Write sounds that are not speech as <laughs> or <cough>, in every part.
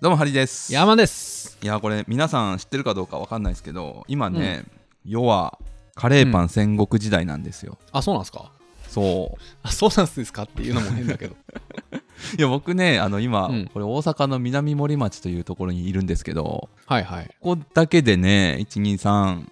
どうもハリですいや山ですこれ皆さん知ってるかどうかわかんないですけど今ね、世はカレーパン戦国時代なんですよ、あそうなんですかそあそうなんですかっていうのも変だけど <laughs> ういや僕ねあの今、うんこれ大阪の南森町というところにいるんですけど <laughs> はいはいここだけでね1234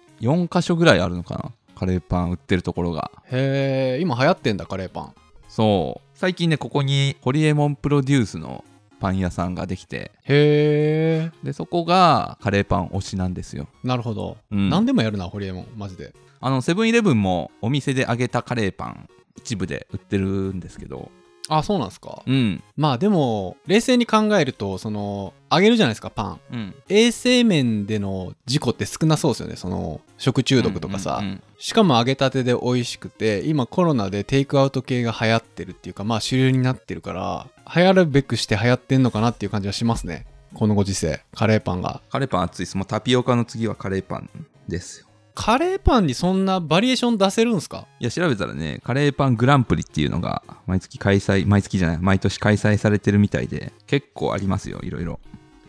箇所ぐらいあるのかなカレーパン売ってるところがへえ今流行ってんだカレーパンそう最近ねここにホリエモンプロデュースのパン屋さんができてへえでそこがカレーパン推しなんですよなるほど、うん何でもやるなホリエモンマジであのセブンイレブンもお店で揚げたカレーパン一部で売ってるんですけどあそうなんですかうんまあでも冷静に考えるとその揚げるじゃないですかパンうん衛生面での事故って少なそうですよねその食中毒とかさ、うんうんしかも揚げたてで美味しくて今コロナでテイクアウト系が流行ってるっていうかまあ主流になってるから流行るべくして流行ってんのかなっていう感じはしますねこのご時世カレーパンがカレーパン熱いですもうタピオカの次はカレーパンですよカレーパンにそんなバリエーション出せるんすかいや調べたらねカレーパングランプリっていうのが毎月開催毎月じゃない毎年開催されてるみたいで結構ありますよいろいろ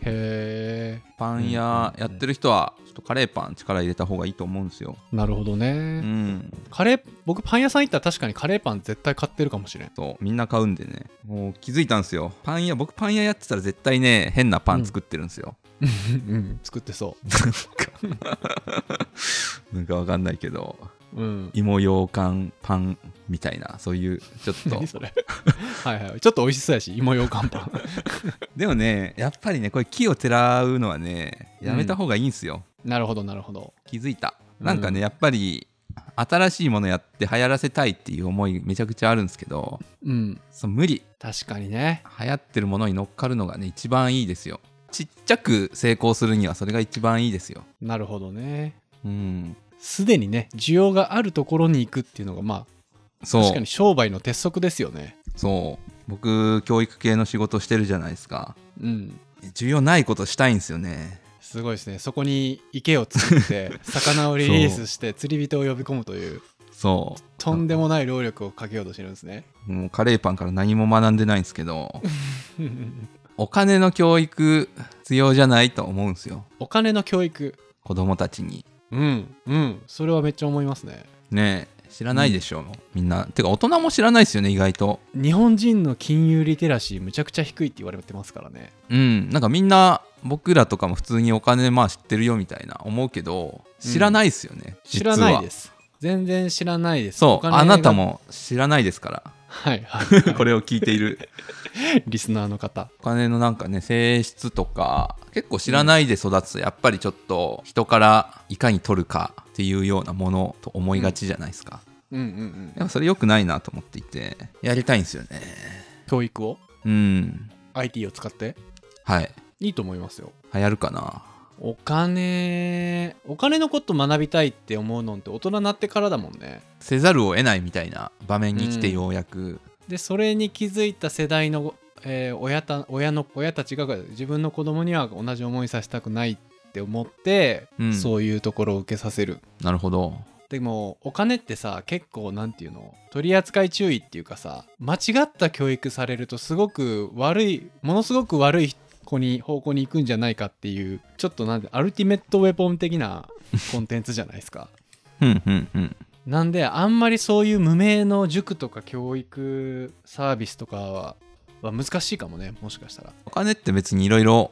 へパン屋うんやってる人はちょっとカレーパン力入れた方がいいと思うんですよえなるほどね、うんカレー僕パン屋さん行ったら確かにカレーパン絶対買ってるかもしれんそうみんな買うんでねもう気づいたんですよパン屋僕パン屋やってたら絶対ね変なパン作ってるんですよ、うん作ってそなんかわかんないけどううん芋ようかんパンみたいなそういうちょっと何それはいはいちょっと美味しそうやし芋ようかんパンでもねやっぱりねこれ木をてらうのはねやめた方がいいんすよ、 <laughs> なるほどなるほど気づいたなんかね、やっぱり新しいものやって流行らせたいっていう思いめちゃくちゃあるんですけどうんそう無理確かにね流行ってるものに乗っかるのがね一番いいですよちっちゃく成功するにはそれが一番いいですよなるほどねうんすでにね需要があるところに行くっていうのがまあそう確かに商売の鉄則ですよねそう僕教育系の仕事してるじゃないですかうん需要ないことしたいんですよねすごいですねそこに池を作って <laughs> 魚をリリースして釣り人を呼び込むというそとんでもない労力をかけようとしてるんですねうもうカレーパンから何も学んでないんですけどお金の教育必要じゃないと思うんですよお金の教育子供たちにうんうんそれはめっちゃ思いますねねえ知らないでしょ、みんなてか大人も知らないですよね意外と日本人の金融リテラシーむちゃくちゃ低いって言われてますからねうんなんかみんな僕らとかも普通にお金まあ知ってるよみたいな思うけど知らないですよね、知らないですす全然知らないですそおう金があなたも知らないですかはいはい <laughs> らこれを聞いているリスナーの方お金のなんかね性質とか結構知らないで育つとやっぱりちょっと人からいかに取るかっていうようなものと思いがちじゃないですか、うんうんうんやっぱそれ良くないなと思っていてやりたいんですよね教育をうん IT を使ってはいいいと思いますよ流行るかなお金お金のこと学びたいって思うのって大人になってからだもんねせざるを得ないみたいな場面に来てようやく、でそれに気づいた世代の、えー親た親の親たちが自分の子供には同じ思いさせたくないって思って、うんそういうところを受けさせるなるほどでもお金ってさ結構なんていうの取り扱い注意っていうかさ間違った教育されるとすごく悪いものすごく悪い子に方向に行くんじゃないかっていうちょっとなんでアルティメットウェポン的なコンテンツじゃないですか。うんうんうんなんであんまりそういう無名の塾とか教育サービスとかはは難しいかもねもしかしたらお金って別にいろいろ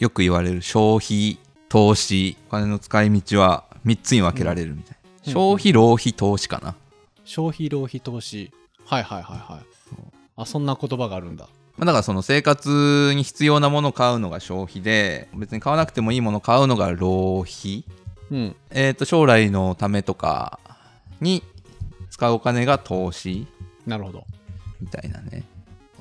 よく言われる消費投資お金の使い道は3つに分けられるみたいな、うん消費浪費投資かな消費浪費投資はいはいはいはいあそんな言葉があるんだまあだからその生活に必要なものを買うのが消費で別に買わなくてもいいものを買うのが浪費、うんえー、と将来のためとかに使うお金が投資なるほどみたいなね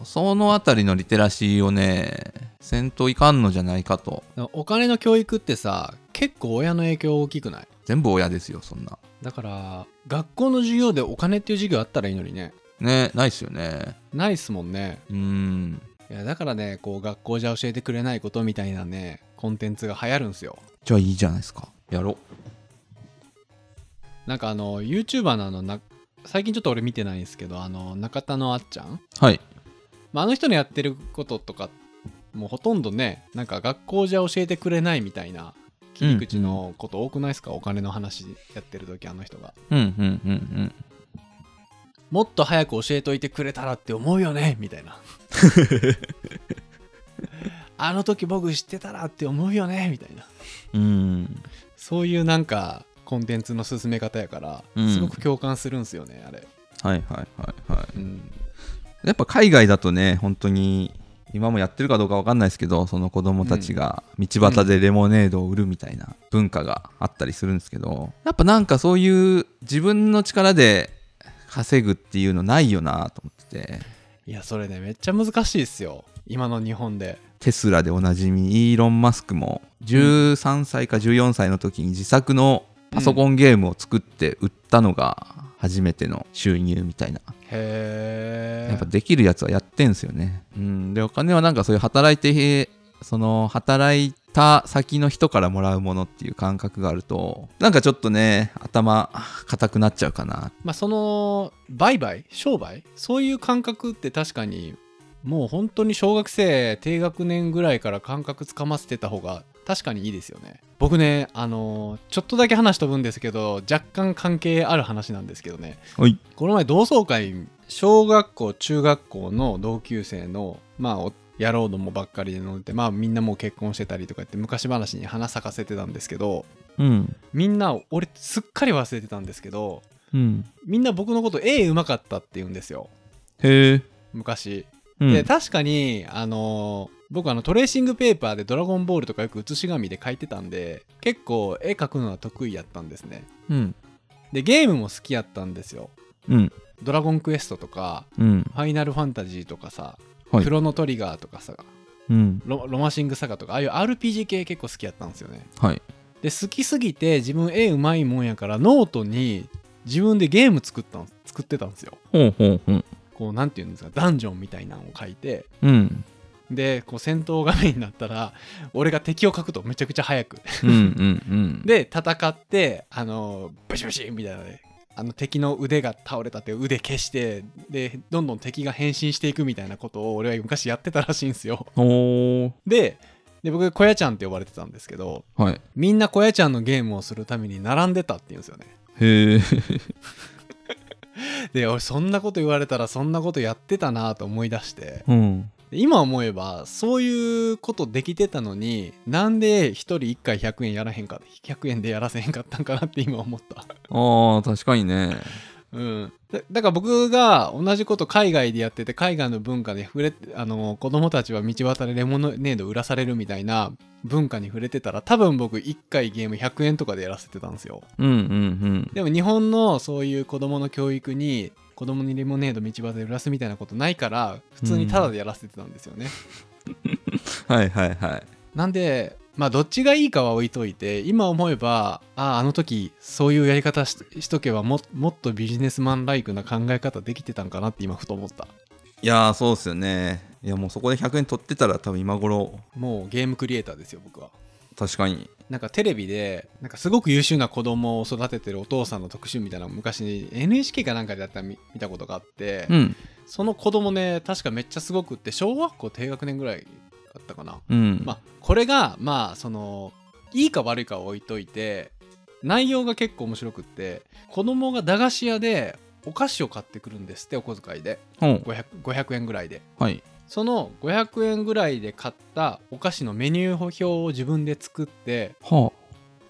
そのあたりのリテラシーをねせんといかんのじゃないかとお金の教育ってさ結構親の影響大きくない全部親ですよそんなだから学校の授業でお金っていう授業あったらいいのにねねないっすよねないっすもんねうんいやだからねこう学校じゃ教えてくれないことみたいなねコンテンツが流行るんすよじゃあいいじゃないですかやろなんかあの YouTuber のあのな最近ちょっと俺見てないんですけどあの中田のあっちゃん、はいまあ、あの人のやってることとかもうほとんどねなんか学校じゃ教えてくれないみたいな切り口のこと多くないですか、お金の話やってる時あの人がうんうんうんうんもっと早く教えといてくれたらって思うよねみた <laughs> いなあの時僕知ってたらって思うよねみたいなうんそういうなんかコンテンツの進め方やからうんすごく共感するんすよね、あれ、はいはいはいはうん、いやっぱ海外だとね本当に今もやってるかどうかわかんないですけどその子供たちが道端でレモネードを売るみたいな文化があったりするんですけどやっぱなんかそういう自分の力で稼ぐっていうのないよなと思ってていやそれねめっちゃ難しいっすよ今の日本でテスラでおなじみイーロン・マスクも13歳か14歳の時に自作のパソコンゲームを作って売ったのが初めての収入みたいな、へえやっぱできるやつはやってんすよね、うん、でお金はなんかそういう働いてその働いた先の人からもらうものっていう感覚があるとなんかちょっとね頭固くなっちゃうかなまあその売買商売そういう感覚って確かにもう本当に小学生低学年ぐらいから感覚つかませてた方が確かにいいですよね僕ねあのちょっとだけ話飛ぶんですけど若干関係ある話なんですけどねはいこの前同窓会小学校中学校の同級生のまあお野郎どもばっかりで飲んでてまあみんなもう結婚してたりとかって昔話に花咲かせてたんですけどうんみんな俺すっかり忘れてたんですけどうんみんな僕のこと絵うまかったって言うんですよへえ昔、うんで確かにあのー僕あのトレーシングペーパーで「ドラゴンボール」とかよく写し紙で描いてたんで結構絵描くのは得意やったんですねうんでゲームも好きやったんですようん「ドラゴンクエスト」とかうん「ファイナルファンタジー」とかさ「はいクロノトリガー」とかさうんロロマシングサガ」とかああいう RPG 系結構好きやったんですよねはいで好きすぎて自分絵うまいもんやからノートに自分でゲーム作ったん作ってたんですよほうほうほうこうなんていうんですかダンジョンみたいなのを書いてうんでこう戦闘画面になったら俺が敵を描くとめちゃくちゃ速くう <laughs> んうん <laughs> うんで戦ってあのブシブシみたいなねあの敵の腕が倒れたって腕消してでどんどん敵が変身していくみたいなことを俺は昔やってたらしいんですよ <laughs> おーでで僕小屋ちゃんって呼ばれてたんですけどはいみんな小屋ちゃんのゲームをするために並んでたって言うんですよねへえで俺そんなこと言われたらそんなことやってたなと思い出してうんで今思えばそういうことできてたのになんで1人1回100円やらへんか100円でやらせへんかったんかなって今思った、 <laughs> あー確かにねうん、だだから僕が同じこと海外でやってて海外の文化で触れあの子供たちは道端でレモネード売らされるみたいな文化に触れてたら多分僕1回ゲーム100円とかでやらせてたんですようんうんでも日本のそういう子供の教育に子供にレモネード道端で売らすみたいなことないから普通にタダでやらせてたんですよね、うんはいはいはいなんでまあどっちがいいかは置いといて今思えばあああの時そういうやり方ししとけばももっとビジネスマンライクな考え方できてたんかなって今ふと思ったいやーそうっすよねいやもうそこで100円取ってたら多分今頃もうゲームクリエイターですよ僕は確かになんかテレビでなんかすごく優秀な子供を育ててるお父さんの特集みたいなの昔に NHK かなんかでやったの見見たことがあって、うんその子供ね確かめっちゃすごくって小学校低学年ぐらいだったかなうんまあ、これがまあそのいいか悪いかは置いといて内容が結構面白くって子供が駄菓子屋でお菓子を買ってくるんですってお小遣いでほう 500, 500円ぐらいではいその500円ぐらいで買ったお菓子のメニュー表を自分で作っては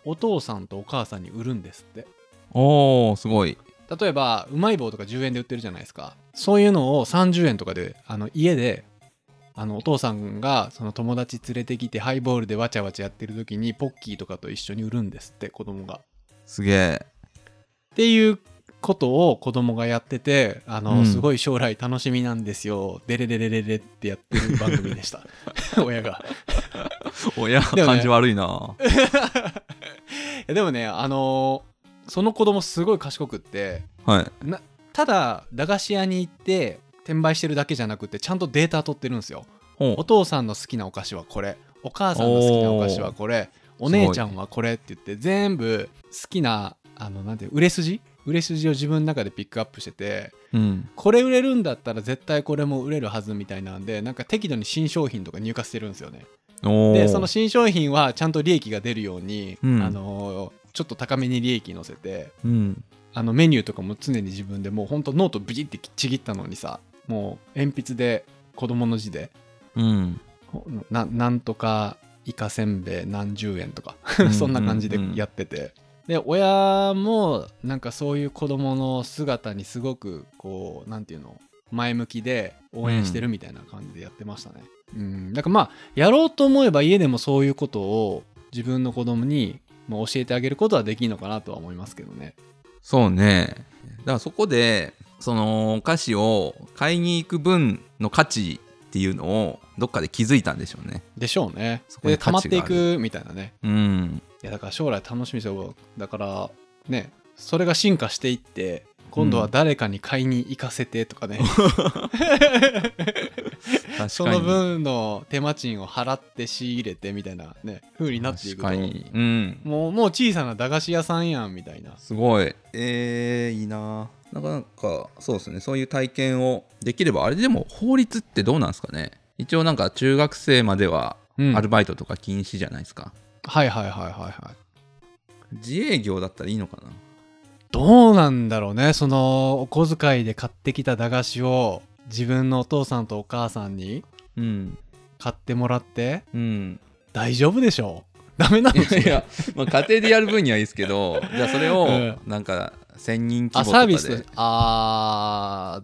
お父さんとお母さんに売るんですってあおーすごい例えばうまい棒とか10円で売ってるじゃないですかそういうのを30円とかであの家であのお父さんがその友達連れてきてハイボールでわちゃわちゃやってる時にポッキーとかと一緒に売るんですって子供が。すげえっていうことを子供がやっててあの、うんすごい将来楽しみなんですよデレレレレレってやってる番組でした <laughs> 親が。おや、でもね感じ悪いないやでもねあのその子供すごい賢くってはいただ駄菓子屋に行って転売してるだけじゃなくてちゃんとデータ取ってるんですよほお父さんの好きなお菓子はこれお母さんの好きなお菓子はこれおー姉ちゃんはこれって言って全部好きなあのなんていう売れ筋売れ筋を自分の中でピックアップしててうんこれ売れるんだったら絶対これも売れるはずみたいなんでなんか適度に新商品とか入荷してるんですよねおーでその新商品はちゃんと利益が出るように、うんあのちょっと高めに利益乗せてうんあのメニューとかも常に自分でもうほんとノートブチってちぎったのにさもう鉛筆で子供の字でうんほななんとかイカせんべい何十円とかうん <laughs> <laughs> そんな感じでやってて。で親もなんかそういう子供の姿にすごくこうなんていうの前向きで応援してるみたいな感じでやってましたね。うん、だからまあやろうと思えば家でもそういうことを自分の子供にまあ教えてあげることはできるのかなとは思いますけどね。そうねだからそこでそのお菓子を買いに行く分の価値っていうのをどっかで気づいたんでしょうねでしょうね。そこにで溜ま価値ってがあいるくみたいなね。うんいやだから将来楽しみですよだからねそれが進化していって今度は誰かに買いに行かせてとかね、確かにその分の手間賃を払って仕入れてみたいなね風になっていくと確かにうんもうもう小さな駄菓子屋さんやんみたいなすごいえー、いいななかなかそうですねそういう体験をできればあれでも法律ってどうなんですかね一応なんか中学生まではうんアルバイトとか禁止じゃないですか、はいはいはいはいはい自営業だったらいいのかなどうなんだろうねそのお小遣いで買ってきた駄菓子を自分のお父さんとお母さんにうん買ってもらってうん大丈夫でしょうダメなのいやいや、まあ、家庭でやる分にはいいですけど <laughs> じゃあそれうをんなんか1000人規模あとサかーでビスとしてあ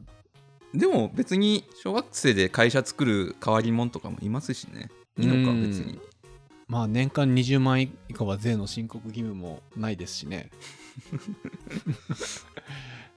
でも別に小学生で会社作る変わり者とかもいますしねいいのかうん別にーまあ年間20万以下は税の申告義務もないですしね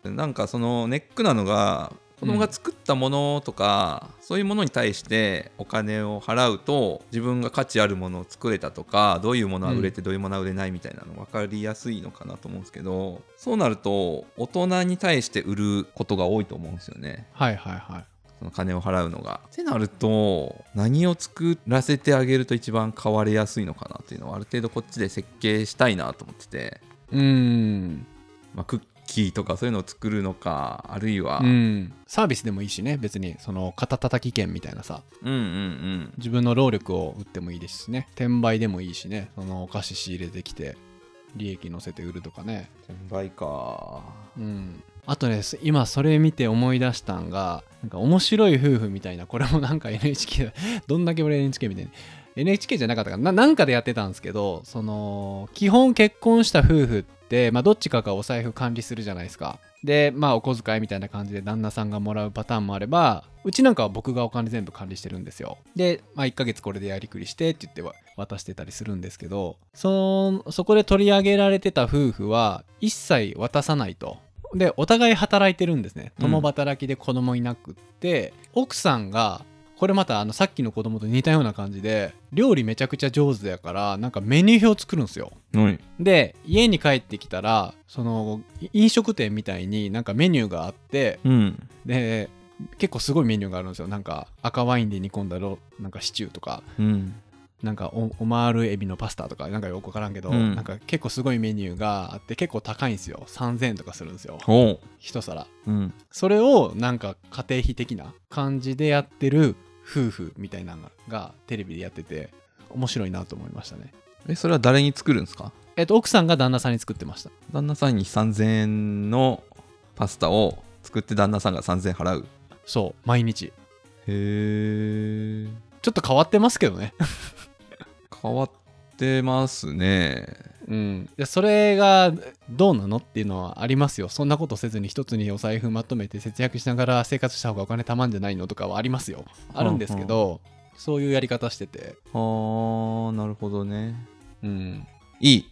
なんかそのネックなのが子供が作ったものとか、そういうものに対してお金を払うと自分が価値あるものを作れたとかどういうものは売れてどういうものは売れないみたいなの分かりやすいのかなと思うんですけどそうなると大人に対して売ることが多いと思うんですよねはいはいはいその金を払うのが。ってなると何を作らせてあげると一番買われやすいのかなっていうのはある程度こっちで設計したいなと思ってて、うーんまあ、クッキーとかそういうのを作るのかあるいは、うんサービスでもいいしね別にその肩たたき券みたいなさうんうんうん自分の労力を売ってもいいですしね転売でもいいしねそのお菓子仕入れてきて利益乗せて売るとかね転売かうんあとねす今それ見て思い出したんがなんか面白い夫婦みたいなこれもなんか <laughs> NHK だどんだけ俺 NHK みたいに NHK じゃなかったかななんかでやってたんですけどその基本結婚した夫婦って、まあ、どっちかがお財布管理するじゃないですかでまあお小遣いみたいな感じで旦那さんがもらうパターンもあればうちなんかは僕がお金全部管理してるんですよで、まあ、1ヶ月これでやりくりしてって言ってわ渡してたりするんですけどそのそこで取り上げられてた夫婦は一切渡さないとでお互い働いてるんですねうん共働きで子供いなくって、奥さんがこれまたあのさっきの子供と似たような感じで料理めちゃくちゃ上手やからなんかメニュー表作るんですよはいで家に帰ってきたらそのい飲食店みたいになんかメニューがあってうんで結構すごいメニューがあるんですよなんか赤ワインで煮込んだろなんかシチューとかうんなんかオオマールエビのパスタとかなんかよくわからんけど、うんなんか結構すごいメニューがあって結構高いんですよ3000円とかするんですよおう一皿うんそれをなんか家庭費的な感じでやってる夫婦みたいなのがテレビでやってて面白いなと思いましたねえそれは誰に作るんですかえっと奥さんが旦那さんに作ってました旦那さんに3000円のパスタを作って旦那さんが3000円払うそう毎日へえちょっと変わってますけど <laughs> ね変わってますねうんいやそれがどうなのっていうのはありますよそんなことせずに一つにお財布まとめて節約しながら生活した方がお金たまんじゃないのとかはありますよあるんですけどそういうやり方しててあーなるほどねうん <laughs> いい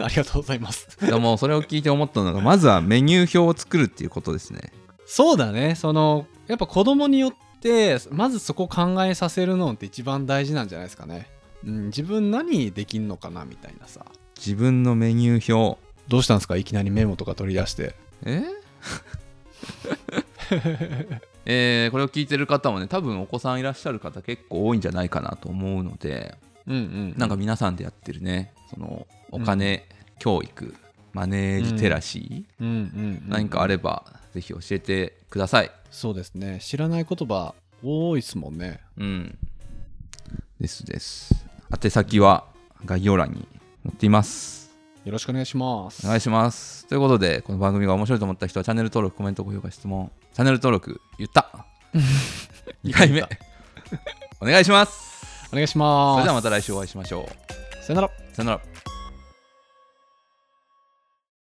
ありがとうございますいやもうそれを聞いて思ったのがまずはメニュー表を作るっていうことですねそうだねそのやっぱ子供によってまずそこ考えさせるのって一番大事なんじゃないですかね、うん、自分何できんのかなみたいなさ自分のメニュー表どうしたんですかいきなりメモとか取り出してえ <laughs> えーこれを聞いてる方もね多分お子さんいらっしゃる方結構多いんじゃないかなと思うのでうんうんなんか皆さんでやってるねそのお金教育、マネージテラシうんうん、ー、何かあればぜひ教えてください。そうですね知らない言葉多いですもんねうん。ですです。宛先は概要欄に載っています。よろしくお願いしますお願いします。ということで、この番組が面白いと思った人はチャンネル登録、コメント、高評価、質問、チャンネル登録、言った。2回目。お願いします。お願いしますそれではまた来週お会いしましょさよならう。さよなら。